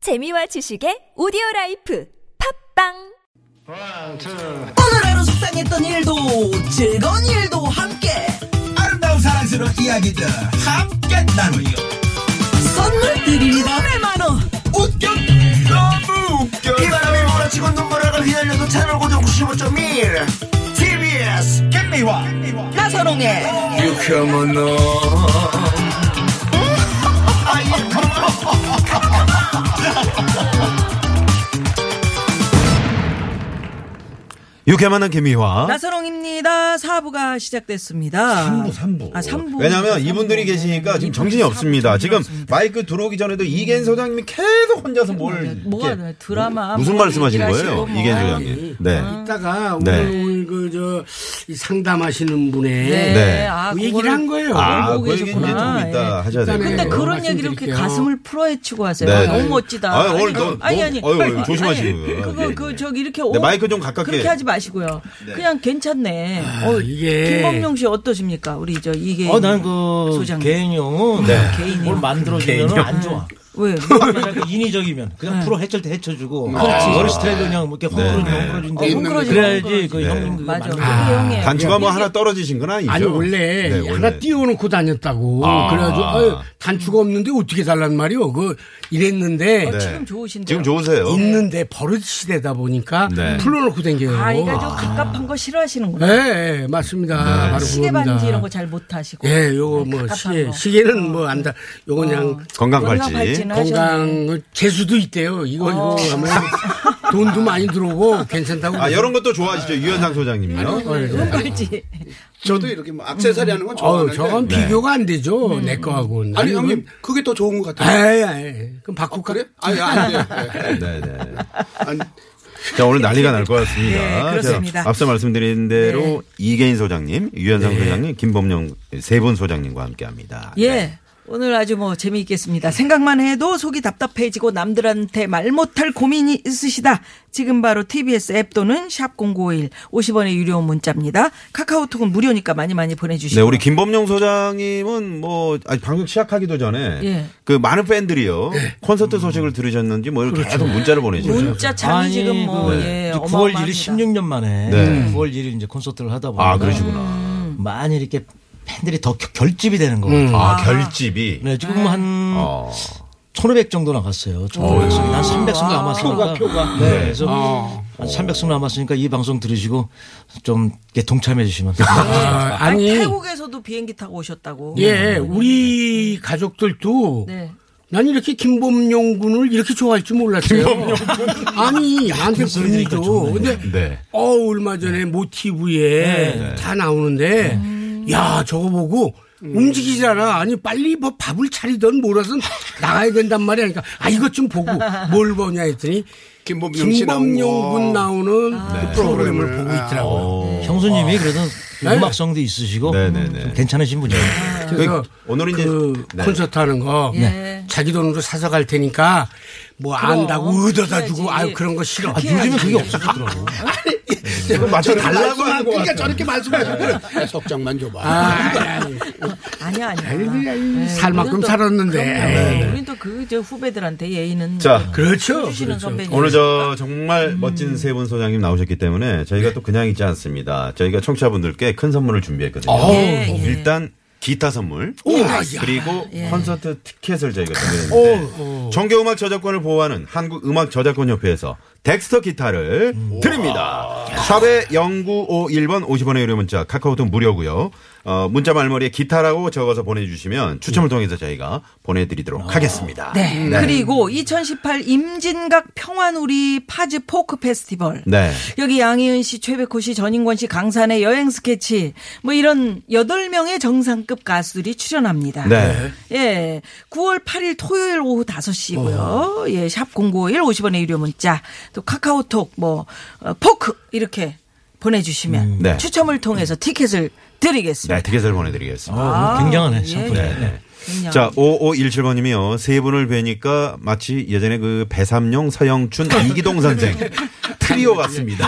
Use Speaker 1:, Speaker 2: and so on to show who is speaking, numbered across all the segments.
Speaker 1: 재미와 지식의 오디오 라이프 팝빵
Speaker 2: One, two.
Speaker 3: 오늘 하루 속상했던 일도 즐거운 일도 함께
Speaker 4: 아름다운 사랑스러운 이야기들 함께 나누요
Speaker 3: 선물 드립니다 네, 100만원
Speaker 4: 웃겨 너무 웃겨
Speaker 2: 이 바람이 몰아치고 눈물을 휘날려도 채널 고정 95.1 TBS
Speaker 4: 김미화
Speaker 3: 나선홍의
Speaker 2: 유쾌한 너
Speaker 5: 유쾌 만난 김미화.
Speaker 3: 나선홍입니다 4부가 시작됐습니다
Speaker 4: 3부, 3부.
Speaker 3: 아 3부
Speaker 5: 왜냐하면 이분들이
Speaker 3: 뭐
Speaker 5: 계시니까 지금 정신이 없습니다. 지금 마이크 들어오기 전에도 이겐 소장님이 계속 혼자서 뭘
Speaker 3: 뭐가
Speaker 5: 이렇게
Speaker 3: 돼? 드라마
Speaker 5: 무슨
Speaker 3: 뭐
Speaker 5: 말씀하시는
Speaker 3: 얘기를
Speaker 5: 거예요,
Speaker 3: 하시고
Speaker 5: 이겐
Speaker 3: 뭐.
Speaker 5: 소장님? 네.
Speaker 6: 이따가
Speaker 5: 네.
Speaker 6: 오늘 오늘 그저 상담하시는 분의
Speaker 3: 네.
Speaker 5: 네.
Speaker 3: 아,
Speaker 6: 그 얘기를
Speaker 3: 그거를
Speaker 6: 한 거예요.
Speaker 5: 아,
Speaker 3: 보고
Speaker 5: 그 얘기 이제 좀
Speaker 3: 계셨구나.
Speaker 5: 이따
Speaker 3: 예.
Speaker 5: 하셔야 돼요.
Speaker 3: 근데
Speaker 6: 네,
Speaker 3: 그런
Speaker 6: 말씀드릴게요.
Speaker 3: 얘기를 그렇게 가슴을 풀어헤치고 하세요.
Speaker 5: 네,
Speaker 3: 너무
Speaker 5: 네.
Speaker 3: 멋지다.
Speaker 5: 아유, 오늘 너무- 아유, 아유,
Speaker 3: 아니,
Speaker 5: 조심하시고요.
Speaker 3: 아니, 그거
Speaker 5: 네.
Speaker 3: 그 저기 이렇게
Speaker 5: 네,
Speaker 3: 오-
Speaker 5: 마이크 좀 가깝게. 네.
Speaker 3: 그렇게 하지 마시고요. 그냥 괜찮네. 어,
Speaker 6: 이게-
Speaker 3: 김범용 씨 어떠십니까? 우리 저 이게
Speaker 7: 어, 난그
Speaker 3: 소장님.
Speaker 7: 개인용
Speaker 5: 네.
Speaker 3: 개인이요? 네.
Speaker 7: 뭘 만들어주면 안 좋아.
Speaker 3: 왜? 어,
Speaker 7: 그냥 인위적이면 그냥 풀어 해칠 때 해쳐주고 머리 스타일 그냥 뭐 이렇게 헝클어주는
Speaker 5: 네.
Speaker 7: 헝클어주는
Speaker 3: 어, 헝클어주는
Speaker 7: 그래야지
Speaker 3: 헝클어주는.
Speaker 7: 그
Speaker 3: 네.
Speaker 7: 형님 그거
Speaker 3: 맞아.
Speaker 7: 만들어.
Speaker 3: 훌륭해요.
Speaker 5: 단추가 뭐 하나 떨어지신 건 아니죠?
Speaker 6: 아니 원래
Speaker 5: 네, 원래.
Speaker 6: 하나 띄워놓고 다녔다고
Speaker 5: 아.
Speaker 6: 그래가지고 아유, 단추가 없는데 어떻게 달란 말이오 그 이랬는데
Speaker 3: 어,
Speaker 5: 네.
Speaker 3: 지금 좋으신데.
Speaker 5: 지금 좋으세요.
Speaker 6: 있는데 버릇 시대다 보니까
Speaker 5: 네.
Speaker 6: 풀어놓고 댕겨요.
Speaker 3: 아, 이가 좀 갑갑한 거 싫어하시는구나.
Speaker 6: 네, 네, 맞습니다. 바로
Speaker 3: 시계
Speaker 6: 그겁니다.
Speaker 3: 반지 이런 거 잘 못하시고.
Speaker 6: 예, 요거 뭐
Speaker 3: 갑갑한
Speaker 6: 시계
Speaker 3: 거.
Speaker 6: 시계는 뭐 안다. 요거 그냥
Speaker 5: 건강
Speaker 3: 건강
Speaker 5: 발찌.
Speaker 3: 발찌는 하셨네. 어.
Speaker 6: 건강 재수도 있대요. 이거 이거 하면 돈도 많이 들어오고 괜찮다고.
Speaker 5: 아, 이런 것도 좋아하시죠? 유현상 소장님이요?
Speaker 3: 건강 발찌.
Speaker 8: 저도 이렇게 뭐 악세사리 하는 건
Speaker 6: 어,
Speaker 8: 좋아하는데
Speaker 6: 저건
Speaker 3: 네.
Speaker 6: 비교가 안 되죠. 내 거하고는.
Speaker 8: 음. 아니 형님 그게 더 좋은 것 같아요.
Speaker 6: 에이, 에이. 그럼 바꿀까?
Speaker 8: 그래? 아니 안 돼요. 예.
Speaker 5: 네, 네.
Speaker 8: 안-
Speaker 5: 자, 오늘 난리가 날 것 같습니다.
Speaker 3: 네, 그렇습니다.
Speaker 5: 자, 앞서 말씀드린 대로 이계인 소장님, 유현상 소장님, 김범용 세 분 소장님과 함께 합니다. 네.
Speaker 3: 예. 오늘 아주 뭐 재미있겠습니다. 생각만 해도 속이 답답해지고 남들한테 말 못할 고민이 있으시다. 지금 바로 TBS 앱 또는 샵0951 50원의 유료 문자입니다. 카카오톡은 무료니까 많이 많이 보내주시고.
Speaker 5: 네, 우리 김범용 소장님은 뭐 아니 방송 시작하기도 전에
Speaker 3: 예.
Speaker 5: 그 많은 팬들이요
Speaker 6: 예.
Speaker 5: 콘서트 소식을 들으셨는지 뭐 이렇게 계속 문자를 보내주세요.
Speaker 3: 그렇죠. 문자 창이 지금 뭐,
Speaker 7: 그
Speaker 3: 예.
Speaker 7: 이제 9월 1일
Speaker 3: 어마어마합니다.
Speaker 7: 16년 만에
Speaker 5: 네.
Speaker 7: 9월 1일 이제 콘서트를 하다 보니까
Speaker 5: 아 그러시구나.
Speaker 3: 음.
Speaker 7: 많이 이렇게 팬들이 더 겨- 결집이 되는 거 같아요.
Speaker 5: 아 결집이.
Speaker 7: 네, 지금 한
Speaker 5: 어.
Speaker 7: 1500 정도 나갔어요. 1500.
Speaker 5: 예.
Speaker 7: 난 300승 남았으니까.
Speaker 3: 아,
Speaker 7: 네. 그래서 한 300승 남았으니까 이 방송 들으시고 좀 이렇게 동참해 주시면.
Speaker 6: 아,
Speaker 3: 아니,
Speaker 6: 아니,
Speaker 3: 태국에서도 비행기 타고 오셨다고.
Speaker 6: 예, 우리 가족들도
Speaker 3: 네.
Speaker 6: 난 이렇게 김범용 군을 이렇게 좋아할 줄 몰랐어요. 아니, 나한테 분이죠. 근데,
Speaker 5: 네.
Speaker 6: 어, 얼마 전에 모티브에 다 나오는데, 야, 저거 보고, 움직이잖아. 아니, 빨리 뭐 밥을 차리던 뭐라든 나가야 된단 말이야. 그러니까, 아, 이것 좀 보고, 뭘 보냐 했더니,
Speaker 8: 김범용 씨 나온
Speaker 6: 김범용 군
Speaker 8: 거.
Speaker 6: 나오는 그 프로그램을 보고 있더라고요.
Speaker 5: 어.
Speaker 7: 형수님이 그래도 음악성도 있으시고
Speaker 5: 네네네.
Speaker 7: 좀 괜찮으신 분이에요.
Speaker 6: 그래서
Speaker 5: 오늘 이제
Speaker 6: 그
Speaker 5: 네.
Speaker 6: 콘서트 하는 거
Speaker 3: 네.
Speaker 6: 자기 돈으로 사서 갈 테니까 뭐 안다고 얻어다 주고
Speaker 3: 해야지.
Speaker 6: 아유 그런 거 싫어.
Speaker 7: 아, 요즘에 그게 없어졌더라고.
Speaker 5: 맞춰
Speaker 8: 말씀하고
Speaker 5: 달라고 하는 거
Speaker 8: 그러니까 저렇게 말씀하시면 아, 석장만 줘봐.
Speaker 6: 아,
Speaker 3: 아니야, 아니야. 네,
Speaker 6: 살 만큼 살았는데. 에이.
Speaker 3: 우린 또그 후배들한테 예의는. 뭐
Speaker 5: 자,
Speaker 6: 그렇죠.
Speaker 3: 해주시는 선배님.
Speaker 5: 예. 오늘 저 정말 멋진 세 분 소장님 나오셨기 때문에 저희가 또 그냥 있지 않습니다. 저희가 청취자분들께 큰 선물을 준비했거든요.
Speaker 3: 예, 예.
Speaker 5: 일단 기타 선물
Speaker 6: 야.
Speaker 5: 그리고 콘서트 티켓을 저희가
Speaker 3: 아,
Speaker 5: 준비했는데 정겨음악 저작권을 보호하는 한국음악저작권협회에서 덱스터 기타를 드립니다. 샵에 0951번 50원의 유료 문자 카카오톡 무료고요. 어, 문자 말머리에 기타라고 적어서 보내주시면 추첨을 통해서 저희가 보내드리도록 하겠습니다.
Speaker 3: 네. 그리고 2018 임진각 평화누리 파즈 포크 페스티벌.
Speaker 5: 네.
Speaker 3: 여기 양희은 씨, 최백호 씨, 전인권 씨, 강산의 여행 스케치 뭐 이런 8명의 정상급 가수들이 출연합니다.
Speaker 5: 네.
Speaker 3: 예. 9월 8일 토요일 오후 5시고요. 예, 샵 0951, 50원의 유료 문자. 또 카카오톡 뭐 어, 포크 이렇게 보내 주시면
Speaker 5: 네.
Speaker 3: 추첨을 통해서 티켓을 드리겠습니다.
Speaker 5: 네, 티켓을 보내드리겠습니다.
Speaker 7: 아, 굉장하네.
Speaker 3: 예,
Speaker 7: 샴푸.
Speaker 3: 예.
Speaker 7: 네.
Speaker 3: 그럼요.
Speaker 5: 자, 5517번님이요. 세 분을 뵈니까 마치 예전에 그 배삼룡, 서영춘, 이기동 선생 트리오 같습니다.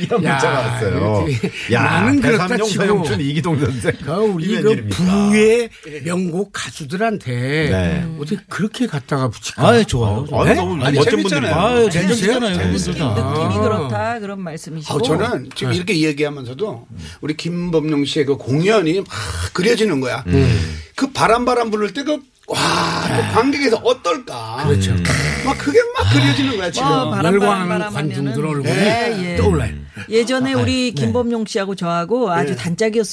Speaker 5: 이런
Speaker 6: 야,
Speaker 5: 문자가 왔어요.
Speaker 6: 이게
Speaker 5: 야,
Speaker 6: 나는 그렇다
Speaker 5: 배삼룡,
Speaker 6: 치고.
Speaker 5: 서영춘, 이기동 선생.
Speaker 6: 아, 우리
Speaker 5: 이게
Speaker 6: 그
Speaker 5: 웬일입니까?
Speaker 6: 부의 명곡 가수들한테
Speaker 5: 네.
Speaker 6: 어떻게 그렇게 갖다가 붙일까?
Speaker 7: 아 좋아요.
Speaker 5: 아, 너무
Speaker 8: 아니,
Speaker 5: 멋진 분들이.
Speaker 8: 재밌잖아요.
Speaker 5: 아,
Speaker 7: 아유, 예, 재밌잖아요. 그분들 다.
Speaker 3: 느낌이 그렇다 그런 말씀이시고.
Speaker 8: 아, 저는 지금 이렇게 얘기하면서도 우리 김범룡 씨의 그 공연이 막 그려지는 거야. 그 바람바람 부를 때 그, 와, 그 관객에서 어떨까. 그렇죠. 막 그게 막 그려지는 거야, 지금.
Speaker 3: 아, 바람, 바람,
Speaker 6: 열광하는
Speaker 3: 바람
Speaker 6: 관중들
Speaker 3: 하면은.
Speaker 6: 얼굴이
Speaker 3: 예, 예.
Speaker 6: 떠올라요.
Speaker 3: 예전에 우리 김범용 씨하고 저하고 아주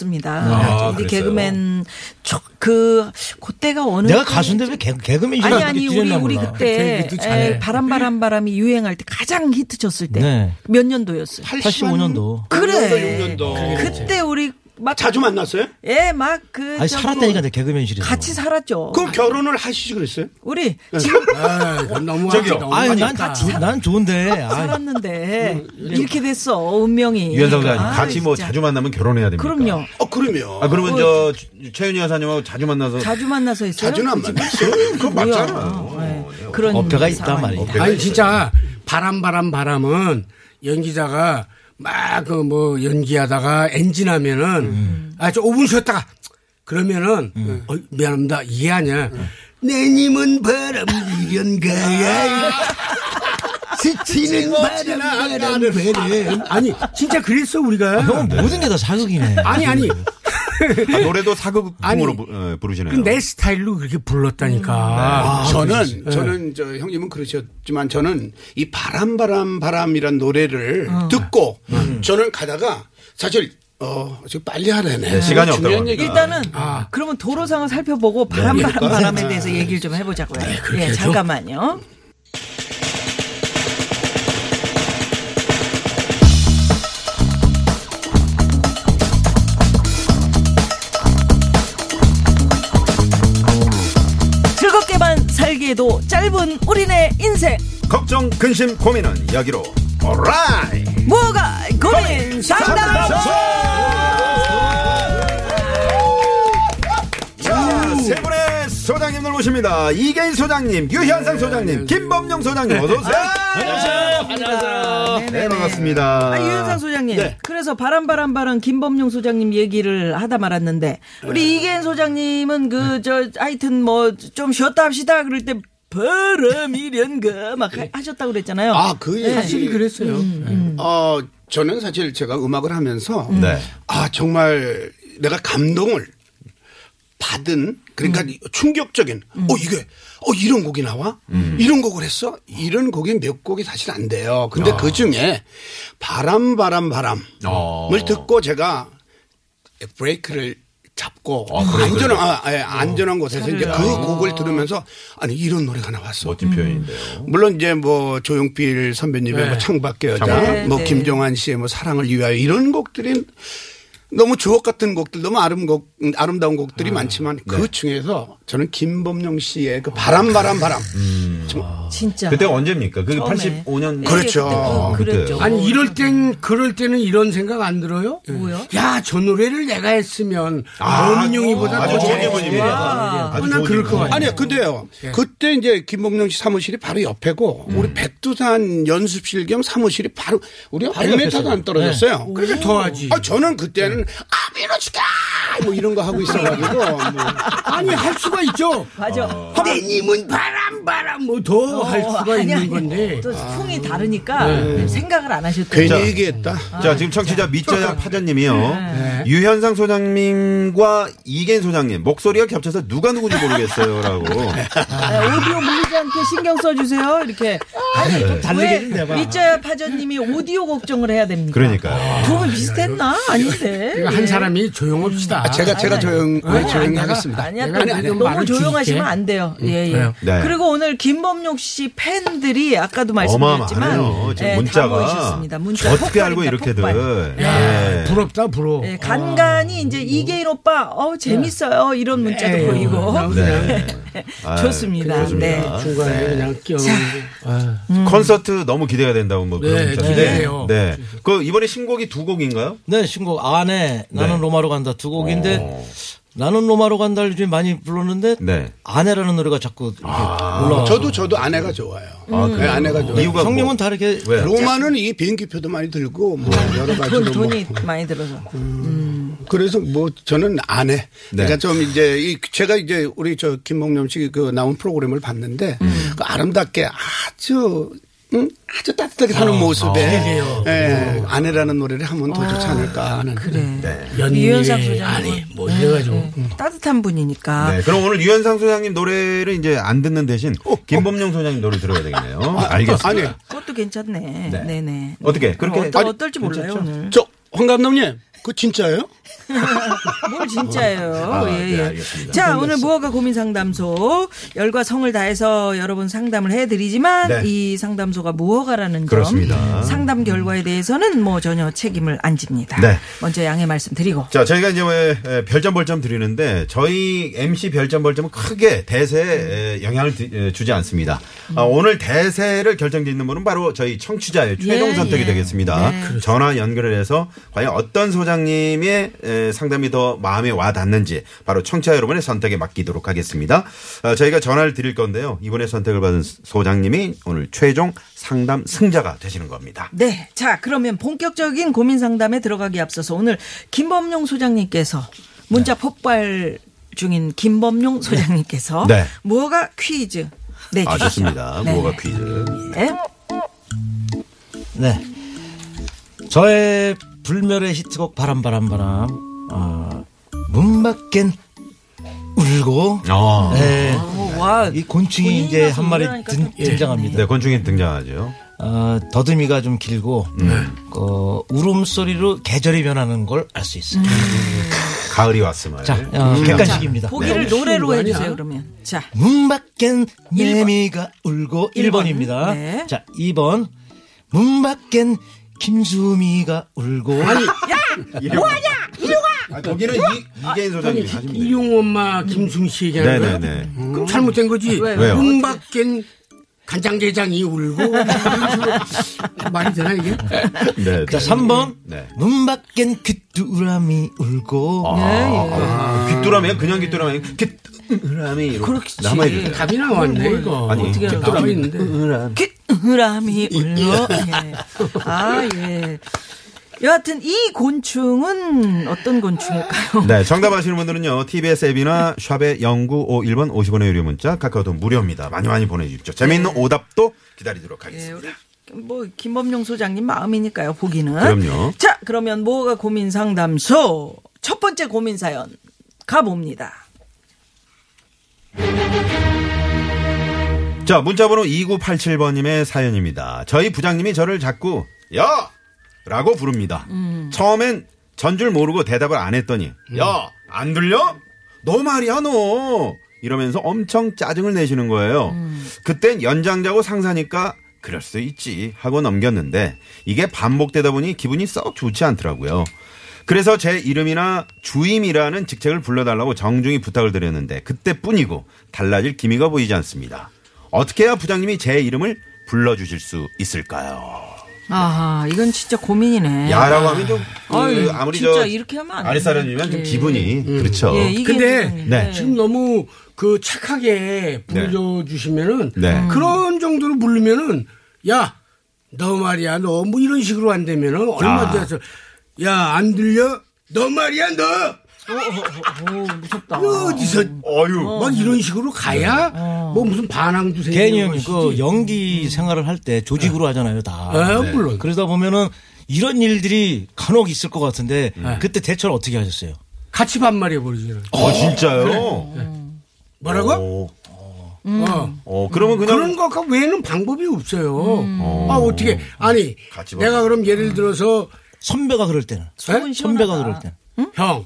Speaker 3: 단짝이었습니다. 우리
Speaker 5: 그랬어요?
Speaker 3: 개그맨 초, 그 그때가 어느
Speaker 7: 내가
Speaker 3: 때-
Speaker 7: 가수인데 왜 개- 개그맨이
Speaker 3: 아니 아니 우리 우리 그때
Speaker 6: 개그도 잘해.
Speaker 3: 에, 바람 바람 바람이 유행할 때 가장 히트쳤을 때 몇
Speaker 7: 네.
Speaker 3: 년도였어요?
Speaker 7: 85년도.
Speaker 3: 그래.
Speaker 8: 6년도.
Speaker 3: 그때 우리
Speaker 8: 자주 만났어요?
Speaker 3: 막예막그 뭐
Speaker 7: 아니 살았다니까 내 개그맨실에서.
Speaker 3: 같이 살았죠.
Speaker 8: 그럼 결혼을 하시지 그랬어요?
Speaker 3: 우리
Speaker 7: 네.
Speaker 3: 지금
Speaker 6: 아, 그건 너무
Speaker 5: 저기요.
Speaker 6: 너무
Speaker 7: 아유 난
Speaker 6: 하니까.
Speaker 7: 같이 난 좋은데. 아이,
Speaker 3: 살았는데 이렇게 됐어 운명이.
Speaker 5: 유현상 사님
Speaker 3: 아,
Speaker 5: 같이 뭐
Speaker 3: 진짜.
Speaker 5: 자주 만나면 결혼해야 됩니까?
Speaker 3: 그럼요.
Speaker 8: 어, 그러면.
Speaker 5: 아, 그러면 저 주- 최윤희 여사님하고 자주 만나서
Speaker 3: 자주 만나서 했어요.
Speaker 8: 자주는 안
Speaker 3: 그치?
Speaker 8: 만났어요.
Speaker 5: 그건
Speaker 3: 뭐야.
Speaker 5: 맞잖아요.
Speaker 3: 네. 그런
Speaker 7: 어깨가 있다
Speaker 3: 상황이.
Speaker 7: 말이야.
Speaker 5: 배가
Speaker 6: 아니
Speaker 5: 있어요.
Speaker 6: 진짜 바람 바람 바람은 연기자가 막 그 뭐 연기하다가 엔진하면은
Speaker 5: 음.
Speaker 6: 아저 5분 쉬었다가 그러면은 어, 미안합니다 이게 아니야 내 님은 바람 이련가야 스치는 바람 바람 바람 아니 진짜 그랬어 우리가
Speaker 7: 형은 모든 게 다 사극이네.
Speaker 6: 아니 아니
Speaker 5: 아, 노래도 사극풍으로
Speaker 6: 아니,
Speaker 5: 부- 어, 부르시네요.
Speaker 6: 내 스타일로 그렇게
Speaker 5: 아,
Speaker 6: 불렀다니까
Speaker 8: 아, 저는
Speaker 5: 예.
Speaker 8: 저는 저 형님은 그러셨지만 저는 이 바람 바람 바람이란 노래를
Speaker 6: 어.
Speaker 8: 듣고
Speaker 5: 음.
Speaker 8: 저는 가다가 사실 어 지금 빨리 하라네
Speaker 5: 시간이 없다고
Speaker 8: 중요한
Speaker 5: 합니다.
Speaker 8: 얘기
Speaker 3: 일단은
Speaker 6: 아,
Speaker 3: 그러면 도로상을 살펴보고 바람 바람 바람에 대해서 얘기를 좀 해보자고요.
Speaker 6: 네. 그렇게
Speaker 3: 예,
Speaker 6: 해줘.
Speaker 3: 잠깐만요. 즐겁게만 살기에도 짧은 우리네 인생
Speaker 5: 걱정, 근심, 고민은 여기로 오라이.
Speaker 3: 뭐가 고민 상담소
Speaker 5: 자, 세 분의 소장님들 모십니다. 이계인 소장님, 유현상 소장님, 김범용 소장님 어서 오세요.
Speaker 3: 안녕하세요.
Speaker 5: 네, 반갑습니다.
Speaker 3: 아, 유현상 소장님. 그래서 바람바람바람 김범용 소장님 얘기를 하다 말았는데 우리 이계현 소장님은 그 저 하여튼 뭐 좀 쉬었다 합시다 그럴 때 바람이련가 막 하- 하셨다고 그랬잖아요.
Speaker 8: 아그
Speaker 6: 사실 그랬어요
Speaker 8: 어 저는 사실 제가 음악을 하면서
Speaker 5: 음. 네.
Speaker 8: 아 정말 내가 감동을 받은 그러니까 충격적인 어 이게 어 이런 곡이 나와 이런 곡을 했어 이런 곡이 몇 곡이 사실 안 돼요 근데 그 중에 바람 바람 바람을
Speaker 5: 어.
Speaker 8: 듣고 제가 브레이크를 잡고
Speaker 5: 그래,
Speaker 8: 안전한 아, 예, 안전한 곳에서 이제 그 곡을 들으면서 아니 이런 노래가 나왔어 음.
Speaker 5: 멋진 표현인데요.
Speaker 8: 물론 이제 뭐 조용필 선배님의 뭐 창밖의 여자,
Speaker 5: 창밖.
Speaker 8: 뭐
Speaker 3: 네, 네.
Speaker 8: 김종환 씨의 뭐 사랑을 위하여 이런 곡들이 너무 주옥 같은 곡들, 너무 아름곡, 아름다운 곡들이 많지만 그 중에서 저는 김범용 씨의 그 바람 바람 바람.
Speaker 3: 진짜.
Speaker 5: 그때 언제입니까? 그
Speaker 3: 처음에.
Speaker 5: 85년.
Speaker 3: 예,
Speaker 8: 그렇죠.
Speaker 3: 그때 그-
Speaker 5: 그때요.
Speaker 3: 그랬죠.
Speaker 6: 아니 이럴 땐 그럴 때는 이런 생각 안 들어요?
Speaker 3: 뭐요?
Speaker 6: 야, 저 노래를 내가 했으면
Speaker 5: 아,
Speaker 6: 범용이보다
Speaker 5: 아주
Speaker 6: 더
Speaker 5: 좋은
Speaker 6: 잘했을
Speaker 5: 질문이네요.
Speaker 6: 거야.
Speaker 5: 아주
Speaker 6: 어, 난
Speaker 5: 좋은
Speaker 6: 그럴 것
Speaker 5: 질문.
Speaker 8: 음.
Speaker 6: 같아.
Speaker 8: 아니요, 근데요. 그때 이제 김범용 씨 사무실이 바로 옆에고 우리 백두산 연습실 겸 사무실이 바로 우리가 100m도 안 떨어졌어요.
Speaker 6: 그러니까 더하지.
Speaker 8: 아, 저는 그때는 아, 밀어주다! 뭐 이런 거 하고 있어가지고. 뭐.
Speaker 6: 아니 할 수가 있죠.
Speaker 3: 맞아.
Speaker 6: 하느님은 바람 바람 뭐 더 할
Speaker 3: 어,
Speaker 6: 수가
Speaker 3: 아니,
Speaker 6: 있는
Speaker 3: 아니.
Speaker 6: 건데.
Speaker 3: 또 풍이 다르니까 생각을 안 하셨대요. 네,
Speaker 8: 괜히 얘기했다.
Speaker 5: 자, 지금 청취자 밑자야 파자님이요. 유현상 소장님과 이계인 소장님, 목소리가 겹쳐서 누가 누군지 모르겠어요. 라고.
Speaker 3: 아, 오디오 물리지 않게 신경 써주세요. 이렇게. 아니,
Speaker 7: 다르게 했네, 봐.
Speaker 3: 리자야 파전님이 오디오 걱정을 해야 됩니까? 아,
Speaker 5: 그러니까요.
Speaker 3: 두분 비슷했나? 아닌데.
Speaker 6: 그러니까 한 사람이 조용합시다.
Speaker 8: 제가 제가 조용 네, 조용히
Speaker 6: 내가-
Speaker 8: 하겠습니다.
Speaker 3: 아니야,
Speaker 6: 내가
Speaker 3: 아니,
Speaker 6: 아니, 아니,
Speaker 3: 너무
Speaker 6: 말을
Speaker 3: 조용하시면
Speaker 6: 줄일게.
Speaker 3: 안 돼요. 예, 예.
Speaker 6: 그래요.
Speaker 5: 네.
Speaker 3: 그리고 오늘 김범용 씨 팬들이 아까도 말씀드렸지만
Speaker 5: 어마어마하네요. 지금
Speaker 3: 예, 다
Speaker 5: 문자가.
Speaker 3: 모이셨습니다. 문자
Speaker 5: 어떻게 알고
Speaker 3: 폭발입니다, 폭발.
Speaker 5: 이렇게들.
Speaker 6: 야,
Speaker 5: 예.
Speaker 6: 부럽다 부러워.
Speaker 3: 예, 간간히 이제 이계인 오빠, 어 재밌어요. 이런 문자도
Speaker 6: 에이,
Speaker 3: 보이고.
Speaker 6: 나 그냥
Speaker 5: 네. 아,
Speaker 3: 좋습니다. 그러니까, 네.
Speaker 5: 좋습니다. 음.
Speaker 6: 중간에 그냥 끼어놓는
Speaker 5: 콘서트 너무 기대가 된다고 뭐 그런
Speaker 6: 네,
Speaker 5: 문자인데.
Speaker 6: 기대돼요.
Speaker 5: 네. 그 이번에 신곡이 두 곡인가요?
Speaker 7: 네 신곡 안에 나는 로마로 간다 두 곡인데 나는 로마로 간다를 좀 많이 불렀는데
Speaker 5: 네.
Speaker 7: 아내라는 노래가 자꾸 이렇게 올라와.
Speaker 8: 뭐, 저도 저도 아내가 좋아요. 네, 아내가 좋아요.
Speaker 5: 이유가
Speaker 7: 성님은
Speaker 5: 뭐-
Speaker 7: 다르게
Speaker 8: 네.
Speaker 5: 왜?
Speaker 8: 로마는 이 비행기표도 많이 들고 뭐 여러 가지로
Speaker 3: 돈,
Speaker 8: 뭐
Speaker 3: 돈이 많이 들어서.
Speaker 8: 그래서 뭐 저는 안 해. 그러니까 좀 이제 이 제가 이제 우리 저 김홍남 씨그 나온 프로그램을 봤는데 그 아름답게 아주 응? 아주 따뜻하게 사는 모습에
Speaker 6: 그러게요.
Speaker 8: 예, 아내라는 노래를 하면 더 좋지 않을까 하는
Speaker 3: 그래. 유연상
Speaker 6: 연예
Speaker 3: 소장님은-
Speaker 6: 아니 뭐 이래가지고
Speaker 3: 음, 따뜻한 분이니까.
Speaker 5: 네, 그럼 오늘 유현상 소장님 노래를 이제 안 듣는 대신
Speaker 3: 어,
Speaker 5: 김범용 소장님 노래 들어야 되겠네요. 알겠습니다.
Speaker 8: 아니
Speaker 3: 그것도 괜찮네.
Speaker 5: 네.
Speaker 3: 네. 네
Speaker 5: 어떻게, 그렇게-
Speaker 3: 어,
Speaker 5: 아니,
Speaker 3: 떨지 몰라요 오늘.
Speaker 8: 저 황감독님 그거 진짜예요?
Speaker 3: 뭘 진짜예요.
Speaker 5: 아,
Speaker 3: 예,
Speaker 5: 네,
Speaker 3: 예.
Speaker 5: 알겠습니다.
Speaker 3: 자, 오늘 무허가 고민 상담소 열과 성을 다해서 여러분 상담을 해드리지만
Speaker 5: 네.
Speaker 3: 이 상담소가 무허가라는
Speaker 5: 그렇습니다.
Speaker 3: 점, 상담 결과에 대해서는 뭐 전혀 책임을 안 집니다.
Speaker 5: 네.
Speaker 3: 먼저 양해 말씀드리고.
Speaker 5: 자, 저희가 이제 왜 에, 별점 벌점 드리는데 저희 MC 별점 벌점은 크게 대세에 에, 영향을 드- 에, 주지 않습니다. 아,
Speaker 3: 음.
Speaker 5: 오늘 대세를 결정짓는 분은 바로 저희 청취자의 최종
Speaker 3: 예,
Speaker 5: 선택이
Speaker 3: 예.
Speaker 5: 되겠습니다. 전화 연결을 해서 과연 어떤 소장님의 에, 상담이 더 마음에 와 닿는지 바로 청취자 여러분의 선택에 맡기도록 하겠습니다. 아, 저희가 전화를 드릴 건데요. 이번에 선택을 받은 소장님이 오늘 최종 상담 승자가 되시는 겁니다.
Speaker 3: 네. 자, 그러면 본격적인 고민 상담에 들어가기 앞서서 오늘 김범용 소장님께서
Speaker 5: 네.
Speaker 3: 문자 폭발 중인 김범용 소장님께서
Speaker 5: 네.
Speaker 3: 무허가 퀴즈 내주셨죠.
Speaker 5: 아, 좋습니다.
Speaker 3: 네.
Speaker 5: 무허가 퀴즈.
Speaker 3: 네.
Speaker 7: 네. 저의 불멸의 히트곡 바람 바람 바람. 어, 문 밖엔 울고.
Speaker 5: 어.
Speaker 7: 네.
Speaker 3: 어, 와,
Speaker 7: 이 곤충이 이제 한 마리
Speaker 3: 고민이라니까
Speaker 7: 든,
Speaker 3: 좀
Speaker 7: 등장합니다.
Speaker 5: 네, 권충이 등장하죠.
Speaker 7: 어, 더듬이가 좀 길고 어, 울음소리로 계절이 변하는 걸 알 수 있어요.
Speaker 5: 가을이 음. 왔으면.
Speaker 7: 자, 어,
Speaker 3: 음.
Speaker 5: 네.
Speaker 7: 객관식입니다. 네.
Speaker 3: 보기를 네. 노래로 해주세요, 그러면. 자.
Speaker 7: 문 밖엔 매미가 울고 1번입니다.
Speaker 3: 네.
Speaker 7: 자, 2번. 문 밖엔 김수미가 울고 아니,
Speaker 5: 아, 거기는 이, 이계인 소장님이 하십니다.
Speaker 6: 이용 엄마 김승 씨 얘기하는 거야?
Speaker 5: 네네네.
Speaker 6: 그럼 잘못된 거지.
Speaker 3: 아,
Speaker 5: 왜요?
Speaker 6: 눈 밖엔 간장게장이 울고 말이 되나 이게?
Speaker 5: 네.
Speaker 7: 자, 3번.
Speaker 5: 네.
Speaker 7: 문 밖엔 귀뚜라미 울고 네.
Speaker 5: 아, 아, 귀뚜라미야? 그냥 귀뚜라미. 귀뚜라미. 이렇게
Speaker 3: 그렇지.
Speaker 5: 남아있는데.
Speaker 6: 답이 나왔네 이거.
Speaker 5: 아니,
Speaker 6: 어떻게
Speaker 5: 저-
Speaker 6: 나와 있는데?
Speaker 3: 으람이 울려. 예. 아, 예. 여하튼 이 곤충은 어떤 곤충일까요?
Speaker 5: 네, 정답 아시는 분들은요, TBS 앱이나 샵의 0951번 50원의 유료 문자, 카카오톡 무료입니다. 많이 많이 보내주십시오. 재미있는 오답도 기다리도록
Speaker 3: 예, 우리
Speaker 5: 하겠습니다.
Speaker 3: 뭐 김범용 소장님 마음이니까요, 보기는.
Speaker 5: 그럼요.
Speaker 3: 자, 그러면 뭐가 고민 상담소 첫 번째 고민 사연 가봅니다.
Speaker 5: 자, 문자번호 2987번님의 사연입니다. 저희 부장님이 저를 자꾸, 야! 라고 부릅니다. 처음엔 전 줄 모르고 대답을 안 했더니, 야! 안 들려? 너 말이야, 너! 이러면서 엄청 짜증을 내시는 거예요. 그땐 연장자고 상사니까, 그럴 수 있지. 하고 넘겼는데, 이게 반복되다 보니 기분이 썩 좋지 않더라고요. 그래서 제 이름이나 주임이라는 직책을 불러달라고 정중히 부탁을 드렸는데 그때뿐이고 달라질 기미가 보이지 않습니다. 어떻게 해야 부장님이 제 이름을 불러주실 수 있을까요?
Speaker 3: 아, 이건 진짜 고민이네.
Speaker 5: 야라고 하면 좀
Speaker 3: 음. 아유,
Speaker 5: 그 아무리
Speaker 3: 진짜
Speaker 5: 저
Speaker 3: 이렇게 하면 안 돼.
Speaker 5: 아랫사람이면 좀
Speaker 3: 예.
Speaker 5: 기분이 그렇죠.
Speaker 3: 예, 이게
Speaker 6: 근데
Speaker 3: 세상에.
Speaker 5: 네.
Speaker 6: 지금 너무 그 착하게 불러주시면은
Speaker 5: 네. 음.
Speaker 6: 그런 정도로 부르면은 야 너 말이야 너 뭐 이런 식으로 안 되면은
Speaker 5: 아.
Speaker 6: 얼마 돼서 야 안 들려 너 말이야 너
Speaker 3: 어, 오, 어, 무섭다.
Speaker 6: 이거 어디서
Speaker 5: 어유.
Speaker 6: 막 이런 식으로 가야 뭐 무슨 반항도 생기고
Speaker 7: 개니 형님
Speaker 6: 음.
Speaker 7: 그 연기 생활을 할 때
Speaker 5: 네.
Speaker 7: 조직으로 하잖아요 다.
Speaker 6: 아, 물론
Speaker 7: 그러다 보면은 이런 일들이 간혹 있을 것 같은데
Speaker 5: 음. 네.
Speaker 7: 그때 대처를 어떻게 하셨어요?
Speaker 6: 같이 반말해 버리잖아
Speaker 5: 어 진짜요?
Speaker 6: 뭐라고
Speaker 5: 어,
Speaker 6: 어.
Speaker 5: 어
Speaker 3: 음,
Speaker 5: 그러면 그냥
Speaker 6: 그런 것과 외에는 방법이 없어요 아 어떻게 아니
Speaker 5: 같이
Speaker 6: 내가 그럼 예를 들어서
Speaker 7: 선배가 그럴 때는
Speaker 6: 에?
Speaker 7: 선배가 그럴 때는
Speaker 6: 형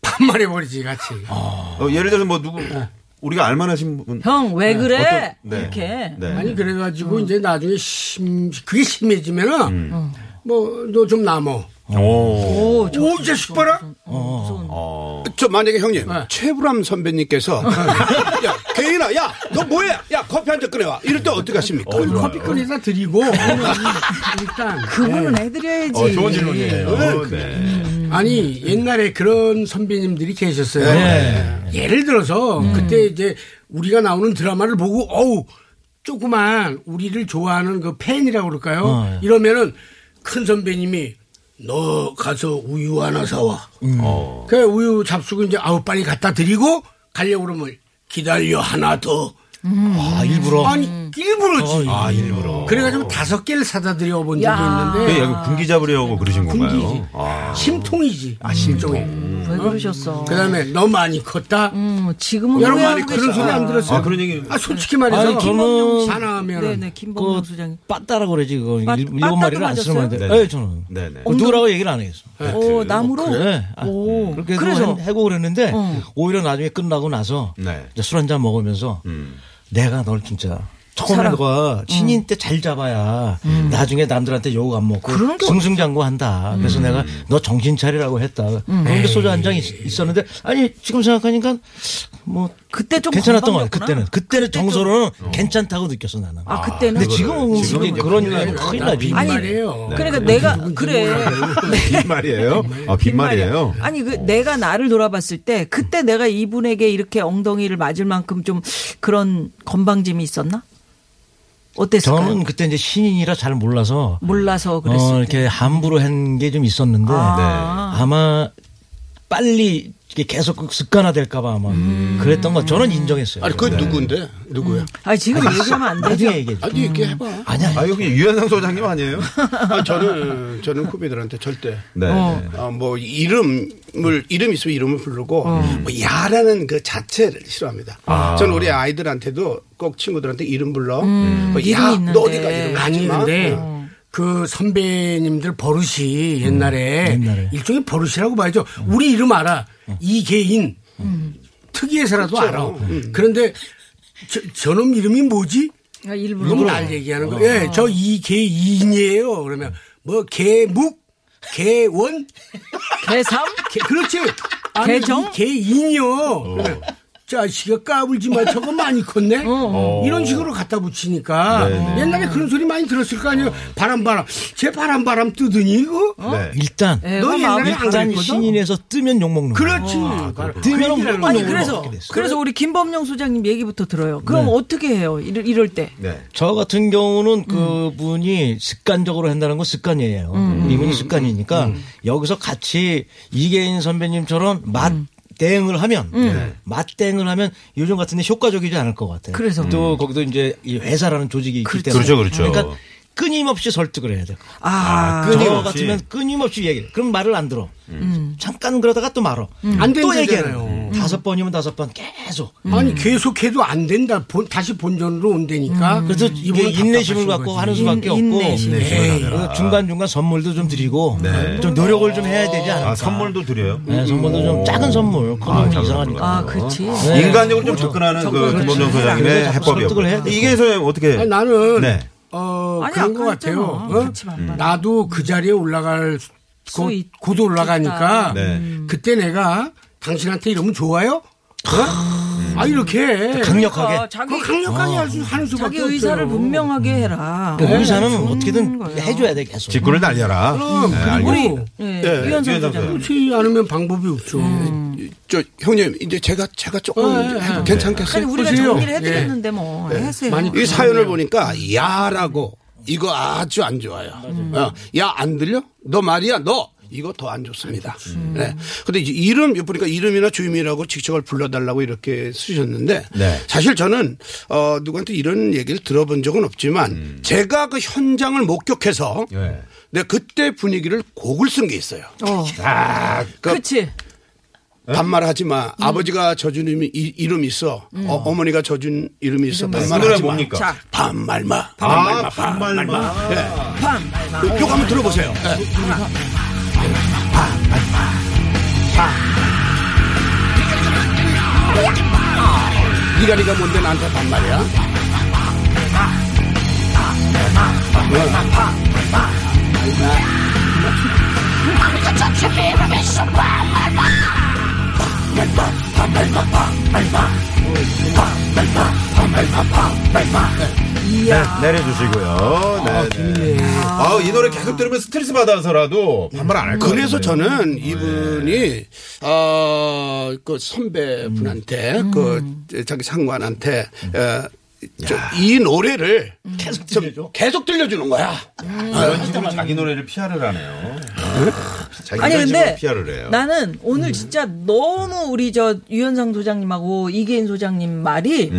Speaker 6: 반말해 버리지 같이
Speaker 5: 어, 예를 들어서 뭐 누구
Speaker 3: 네.
Speaker 5: 우리가 알만하신 분
Speaker 3: 형 왜 그래?
Speaker 5: 어떤- 네.
Speaker 3: 이렇게.
Speaker 5: 네.
Speaker 6: 아니 그래가지고 이제 나중에 심 그게 심해지면은
Speaker 5: 음.
Speaker 6: 뭐 너 좀 남어
Speaker 5: 오.
Speaker 3: 오, 저
Speaker 6: 오 이제 숙바라
Speaker 3: 어,
Speaker 5: 어.
Speaker 8: 저 만약에 형님
Speaker 6: 네.
Speaker 8: 최불암 선배님께서 야 개인아 야 너 뭐해 야 커피 한 잔 끓여와 이럴 때 어떻게 하십니까?
Speaker 6: 커피 끓여다 드리고 일단
Speaker 3: 그분은 해드려야지.
Speaker 5: 어, 좋은 질문이에요. 네.
Speaker 6: 아니 아니 옛날에 그런 선배님들이 계셨어요. 네. 예를 들어서 그때 이제 우리가 나오는 드라마를 보고 어우 조그만 우리를 좋아하는 그 팬이라고 그럴까요?
Speaker 7: 어, 예.
Speaker 6: 이러면은 큰 선배님이 너 가서 우유 하나 사와. 그 우유 잡수고 이제 아우 빨리 갖다 드리고 가려고 그러면 기다려 하나 더.
Speaker 7: 아, 일부러.
Speaker 6: 아니 일부러지.
Speaker 5: 아, 일부러.
Speaker 6: 그래가지고 다섯 개를 사다 드려본 적이 있는데
Speaker 3: 네.
Speaker 5: 예, 여기 군기 잡으려고 그러신 건가요?
Speaker 6: 군기지.
Speaker 5: 아.
Speaker 6: 심통이지. 아, 심통에.
Speaker 3: 왜 그러셨어?
Speaker 6: 그 다음에 너 많이 컸다.
Speaker 3: 음, 지금은
Speaker 6: 어, 여러분
Speaker 3: 후회하고
Speaker 6: 많이 그런
Speaker 3: 계시다.
Speaker 6: 소리 안 들었어요?
Speaker 5: 아, 그런 얘기.
Speaker 6: 아, 솔직히 말해서.
Speaker 7: 아니, 저는-
Speaker 6: 사나하면은.
Speaker 3: 네네 김범용
Speaker 7: 그
Speaker 3: 소장님.
Speaker 7: 빠따라고 그러지 그거
Speaker 3: 빠-
Speaker 7: 일본
Speaker 3: 빠따도
Speaker 7: 말이라 안 쓰는 말인데.
Speaker 5: 맞았어요?
Speaker 7: 예, 저는.
Speaker 5: 네네.
Speaker 7: 그 누구라고 얘기를 안 해서.
Speaker 3: 오 나무로.
Speaker 7: 그래. 아,
Speaker 3: 오.
Speaker 7: 그렇게
Speaker 3: 그래서?
Speaker 7: 해서 해고 그랬는데
Speaker 3: 어.
Speaker 7: 오히려 나중에 끝나고 나서
Speaker 5: 네.
Speaker 7: 이제 술 한잔 먹으면서
Speaker 5: 음.
Speaker 7: 내가 널 진짜 처음에 너가 신인 때 잘 잡아야 나중에 남들한테 욕 안 먹고
Speaker 3: 그런 게
Speaker 7: 승승장구한다. 그래서 내가 너 정신 차리라고 했다. 그런 게 소주 한 잔 있었는데 아니 지금 생각하니까 뭐
Speaker 3: 그때 좀
Speaker 7: 괜찮았던 것 같아.
Speaker 3: 건방졌구나.
Speaker 7: 그때는 그때는
Speaker 3: 그때 좀-
Speaker 7: 정서로는 괜찮다고 느꼈어 나는.
Speaker 3: 아 그때는.
Speaker 7: 근데 지금은
Speaker 5: 지금은
Speaker 7: 이게
Speaker 5: 이제
Speaker 7: 그런
Speaker 5: 그냥
Speaker 7: 일이 큰일 나지.
Speaker 3: 아니,
Speaker 6: 말이에요.
Speaker 3: 그러니까 내가 그래.
Speaker 5: 네. 빈말이에요? 아, 빈말이에요?
Speaker 3: 네. 아니 그 내가 나를 돌아봤을 때 그때 내가 이분에게 이렇게 엉덩이를 맞을 만큼 좀 그런 건방짐이 있었나? 어땠을까요?
Speaker 7: 저는 그때 이제 신인이라 잘 몰라서
Speaker 3: 몰라서 뭐 그랬을
Speaker 7: 어,
Speaker 3: 때.
Speaker 7: 이렇게 함부로 한 게 좀 있었는데 네.
Speaker 3: 아.
Speaker 7: 아마 빨리 이게 계속 그 습관화 될까봐 아마 그랬던 거 저는 인정했어요.
Speaker 8: 아니, 그 누구인데? 누구야?
Speaker 3: 아니 지금 얘기하면 안 되죠.
Speaker 7: 나중에 얘기해.
Speaker 8: 아니, 이렇게
Speaker 3: 음.
Speaker 8: 해봐.
Speaker 7: 아니야.
Speaker 5: 아, 이거 그냥 유현상 소장님 아니에요?
Speaker 8: 아, 저는, 저는 후배들한테 절대.
Speaker 5: 네.
Speaker 8: 아, 뭐, 이름을, 이름 있으면 이름을 부르고,
Speaker 3: 음.
Speaker 8: 뭐, 야라는 그 자체를 싫어합니다.
Speaker 3: 아.
Speaker 8: 저는 우리 아이들한테도 꼭 친구들한테 이름 불러. 뭐, 야,
Speaker 3: 음. 이름이
Speaker 8: 너
Speaker 3: 있는데. 네.
Speaker 8: 어디가 이름
Speaker 6: 아니, 근데 예, 그 선배님들 버릇이 옛날에,
Speaker 7: 옛날에.
Speaker 6: 일종의 버릇이라고 봐야죠. 우리 이름 알아. 이계인. 특이해서라도 알아. 음. 그런데 저, 저놈 이름이 뭐지?
Speaker 3: 아, 일부러.
Speaker 6: 이건 날 얘기하는 거. 예, 저 이계인이에요. 그러면 뭐 계묵, 계원,
Speaker 3: 개삼?
Speaker 6: 개, 그렇지. 아니,
Speaker 3: 개정?
Speaker 6: 이 개인이요. 자식아 까불지 마. 저거 많이 컸네.
Speaker 7: 어.
Speaker 6: 이런 식으로 갖다 붙이니까
Speaker 5: 네네.
Speaker 6: 옛날에 그런 소리 많이 들었을 거 아니에요. 바람 바람. 쟤 바람 바람 뜨더니 이거.
Speaker 7: 어?
Speaker 5: 네.
Speaker 7: 일단
Speaker 3: 예,
Speaker 6: 너
Speaker 3: 그럼
Speaker 6: 옛날에
Speaker 3: 아무-
Speaker 6: 안
Speaker 7: 일단
Speaker 6: 그랬거든?
Speaker 7: 신인에서 뜨면 욕 먹는 거야.
Speaker 6: 그렇지. 바람.
Speaker 7: 뜨면 욕 먹는
Speaker 3: 아니
Speaker 7: 거야.
Speaker 3: 그래서 그래서 우리 김범용 소장님 얘기부터 들어요. 그럼 어떻게 해요? 이럴, 이럴 때.
Speaker 5: 네.
Speaker 7: 저 같은 경우는 그분이 습관적으로 한다는 건 습관이에요.
Speaker 3: 음.
Speaker 7: 음. 이분이 습관이니까 여기서 같이 이계인 선배님처럼 맛 대응을 하면
Speaker 3: 음.
Speaker 7: 맛 대응을 하면 요즘 같은데 효과적이지 않을 것 같아요.
Speaker 3: 그래서.
Speaker 7: 또 거기도 이제 이 회사라는 조직이 있기
Speaker 3: 그렇죠.
Speaker 7: 때문에
Speaker 5: 그렇죠, 그렇죠.
Speaker 7: 러니까 끊임없이 설득을 해야 돼요.
Speaker 3: 아,
Speaker 5: 끊임없이.
Speaker 7: 저 같으면 끊임없이 얘기를. 그럼 말을 안 들어.
Speaker 3: 음.
Speaker 7: 잠깐 그러다가 또 말어.
Speaker 6: 안
Speaker 7: 또
Speaker 6: 된다잖아요.
Speaker 7: 얘기해요. 다섯 번이면 다섯 번 계속.
Speaker 6: 아니 계속해도 안 된다. 본- 다시 본전으로 온다니까.
Speaker 7: 음. 그래서 이게 인내심을 갖고 하는 수밖에
Speaker 3: 인-
Speaker 7: 없고 네. 그
Speaker 3: 인내심.
Speaker 7: 중간 중간 선물도 좀 드리고 좀 노력을 좀 해야 되지 않을까.
Speaker 5: 아, 선물도 드려요?
Speaker 7: 네, 선물도 좀 작은 선물. 그런 건 이상하니까.
Speaker 3: 아, 그렇지.
Speaker 7: 네.
Speaker 5: 인간적으로 좀 접근하는 그 김범정 소장님의
Speaker 7: 그래서
Speaker 5: 해법이요.
Speaker 7: 설득을 해야
Speaker 5: 이게 소장님 어떻게.
Speaker 6: 아니, 나는
Speaker 5: 네.
Speaker 6: 어
Speaker 3: 아니,
Speaker 6: 그런 것
Speaker 3: 아까 했잖아.
Speaker 6: 같아요. 어?
Speaker 3: 같이 만나요.
Speaker 6: 나도 그 자리에 올라갈
Speaker 3: 수 음.
Speaker 6: 곧,
Speaker 3: 있-
Speaker 6: 곧 올라가니까
Speaker 5: 네.
Speaker 6: 그때 내가 당신한테 이러면 좋아요?
Speaker 5: 음.
Speaker 6: 어? 아 이렇게
Speaker 5: 그러니까
Speaker 3: 아,
Speaker 7: 네. 강력하게.
Speaker 6: 그거
Speaker 3: 자기
Speaker 5: 어.
Speaker 6: 강력하게 할 수- 하는
Speaker 3: 자기
Speaker 6: 수밖에 없어요.
Speaker 3: 의사를 분명하게 해라.
Speaker 7: 그 의사는
Speaker 3: 좋은
Speaker 7: 어떻게든
Speaker 3: 거예요.
Speaker 7: 해줘야 돼 계속.
Speaker 5: 직구를 날려라. 네,
Speaker 6: 그럼 그리고
Speaker 3: 예,
Speaker 8: 예,
Speaker 3: 유현상
Speaker 5: 유현상
Speaker 3: 소장.
Speaker 6: 그렇지 않으면 방법이 없죠.
Speaker 3: 음.
Speaker 8: 음. 저 형님 이제 제가 제가 조금
Speaker 6: 어,
Speaker 8: 이제
Speaker 6: 어,
Speaker 8: 해도
Speaker 6: 어.
Speaker 3: 아니
Speaker 8: 괜찮겠어요?
Speaker 3: 우리가
Speaker 6: 보세요.
Speaker 3: 정리를 해드렸는데 뭐 하세요.
Speaker 6: 많이
Speaker 8: 이 사연을 보니까 야라고 이거 아주 안 좋아요. 어, 야 안 들려? 너 말이야 너 이거 더 안 좋습니다. 네. 근데 이제 이름 보니까 이름이나 주임이라고 직접을 불러달라고 이렇게 쓰셨는데
Speaker 5: 네.
Speaker 8: 사실 저는 어 누구한테 이런 얘기를 들어본 적은 없지만 제가 그 현장을 목격해서
Speaker 5: 음. 예.
Speaker 8: 내 그때 분위기를 곡을 쓴 게 있어요.
Speaker 3: 어,
Speaker 8: 아, 그
Speaker 3: 그렇지.
Speaker 5: 예?
Speaker 8: 반말하지 마. 아버지가 져준 이름이, 이- 이름이 있어. 어, 머니가 져준 이름이 있어.
Speaker 5: 그 노래
Speaker 8: 반말하지 마.
Speaker 5: 뭡니까?
Speaker 3: 자,
Speaker 8: 반말 마. 반말 마.
Speaker 5: 아,
Speaker 8: 반말 마.
Speaker 5: 반말마.
Speaker 8: 예.
Speaker 3: 팜.
Speaker 8: 요- 요거 그 한번 들어보세요. 예. 니가 니가 뭔데 나한테 반말이야?
Speaker 5: 네, 내려주시고요. 네, 네. 아우, 이 노래 계속 들으면 스트레스 받아서라도 반말 안 할 거예요.
Speaker 8: 그래서 저는 이분이 어그 선배분한테 그 자기 상관한테 어, 저이 노래를 계속 들려줘 계속 들려주는 거야.
Speaker 5: 이런 식으로 아, 자기 노래를 피아를 하네요. 자기
Speaker 3: 아니 근데
Speaker 5: 피아를 해요.
Speaker 3: 나는 오늘 진짜 너무 우리 저 유현상 소장님하고 이계인 소장님 말이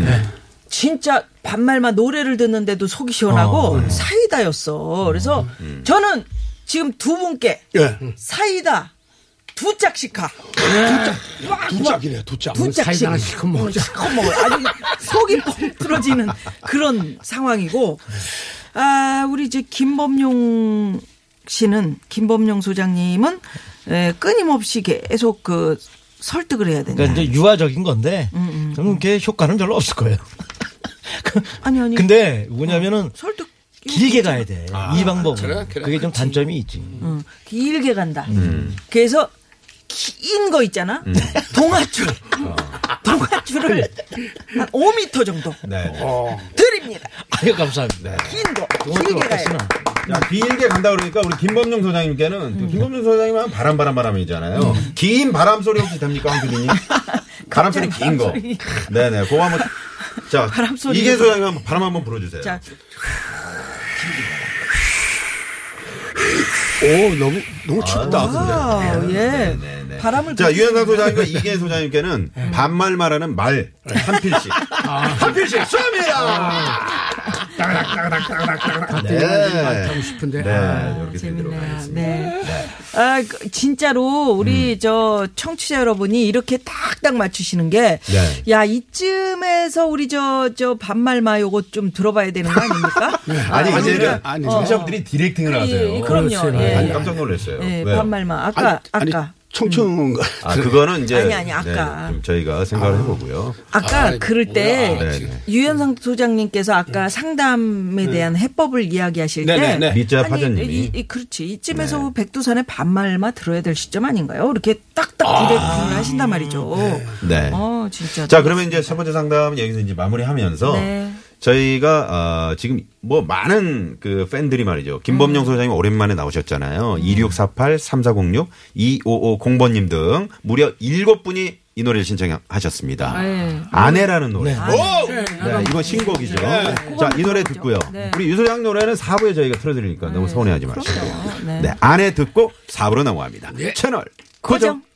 Speaker 3: 진짜 반말만 노래를 듣는데도 속이 시원하고 사이다였어. 그래서 저는 지금 두 분께
Speaker 8: 예.
Speaker 3: 사이다 두 짝씩 가.
Speaker 8: 두 짝이래요, 두 짝.
Speaker 3: 두 짝씩.
Speaker 6: 사이다나 뭐. 실컷 먹자.
Speaker 3: 실컷 먹어요. 아주 그냥 속이 뻥 뚫어지는 그런 상황이고. 아, 우리 이제 김범용 씨는, 김범용 소장님은 에, 끊임없이 계속 그 설득을 해야 된다.
Speaker 7: 그러니까 이제 유화적인 건데 저는 그게 효과는 별로 없을 거예요. 그-
Speaker 3: 아니, 어, 아니.
Speaker 7: 근데 뭐냐면은
Speaker 3: 설득.
Speaker 7: 길게 가야 돼. 이 방법은.
Speaker 8: 그래,
Speaker 7: 그게
Speaker 8: 그래,
Speaker 7: 좀 단점이 있지.
Speaker 3: 응, 음, 길게 간다.
Speaker 7: 음.
Speaker 3: 그래서 긴 거 있잖아. 동아줄.
Speaker 7: 어.
Speaker 3: 동아줄을 한 5미터 정도
Speaker 5: 네. 네.
Speaker 3: 드립니다.
Speaker 7: 아유 감사합니다.
Speaker 3: 긴 거. 길게 가요.
Speaker 5: 자, 길게 간다 그러니까 우리 김범용 소장님께는 그 김범용 소장님은 한 바람 바람 바람이잖아요. 긴 바람 소리 혹시 됩니까, 황 PD님? 바람 소리 긴 거.
Speaker 3: 갑자기
Speaker 5: 네네, 그거 한번. 자,
Speaker 3: 바람 소리.
Speaker 5: 이계 소장님 한번 바람 한번 불어주세요.
Speaker 3: 자,
Speaker 8: 오 너무 너무 춥다.
Speaker 3: 아, 예.
Speaker 5: 네네.
Speaker 3: 바람을
Speaker 5: 자,
Speaker 3: 불-
Speaker 5: 유현상 소장님과 이계 소장님께는 반말 말하는 말 한 필씩. 한 필씩 쏩니다!
Speaker 6: 따그닥따그닥따그닥따그닥.
Speaker 5: 네.
Speaker 6: 하고 싶은데.
Speaker 5: 네, 이렇게 되도록
Speaker 3: 재밌네요.
Speaker 5: 하겠습니다. 음.
Speaker 3: 네. 아, 그, 진짜로 우리 저 청취자 여러분이 이렇게 딱딱 맞추시는 게,
Speaker 5: 네.
Speaker 3: 야 이쯤에서 우리 저 저 반말마 요거 좀 들어봐야 되는 거 아닙니까?
Speaker 5: 네, 아니,
Speaker 3: 아,
Speaker 5: 이제는
Speaker 8: 아니,
Speaker 5: 청취자분들이 디렉팅을
Speaker 3: 예, 예,
Speaker 5: 하세요.
Speaker 3: 그럼요. 예,
Speaker 5: 아니,
Speaker 3: 예.
Speaker 5: 깜짝 놀랐어요. 네.
Speaker 3: 예,
Speaker 5: 왜요?
Speaker 3: 반말마 아까
Speaker 8: 아니,
Speaker 3: 아까 음.
Speaker 8: 청청가.
Speaker 5: 아, 그거는 이제 네,
Speaker 3: 아니, 아니, 아까.
Speaker 5: 좀 저희가 생각을 해보고요.
Speaker 3: 아까
Speaker 8: 아이,
Speaker 3: 그럴 때
Speaker 8: 뭐야.
Speaker 5: 네, 음. 네.
Speaker 3: 유현상 소장님께서 아까 상담에 대한 해법을 이야기하실
Speaker 8: 네,
Speaker 3: 때
Speaker 8: 네, 네.
Speaker 5: 리자
Speaker 3: 아니,
Speaker 5: 파자님이. 네.
Speaker 3: 이, 이, 그렇지 이쯤에서 백두산의 반말만 들어야 될 시점 아닌가요? 이렇게 딱딱 디렉팅을 하신단 말이죠.
Speaker 5: 아. 네.
Speaker 3: 어 진짜.
Speaker 5: 자, 그러면 이제 첫 번째 상담 여기서 이제 마무리하면서
Speaker 3: 네.
Speaker 5: 저희가 아, 지금 뭐 많은 그 팬들이 말이죠. 김범용 소장님 오랜만에 나오셨잖아요. 2648, 3406, 2550번 님 등 무려 일곱 분이이 노래를
Speaker 3: 네.
Speaker 5: 신청하셨습니다. 아, 예. 아내라는 노래.
Speaker 7: 네.
Speaker 5: 오! 네, 이거 신곡이죠. 자, 이 노래 듣고요.
Speaker 3: 네.
Speaker 5: 우리 유소장 노래는 4부에 저희가 네. 틀어드리니까 너무 서운해하지 마시고.
Speaker 3: 그럼요. 네.
Speaker 5: 네, 아내 듣고 4부로 넘어갑니다. 채널 고정.
Speaker 3: 고정.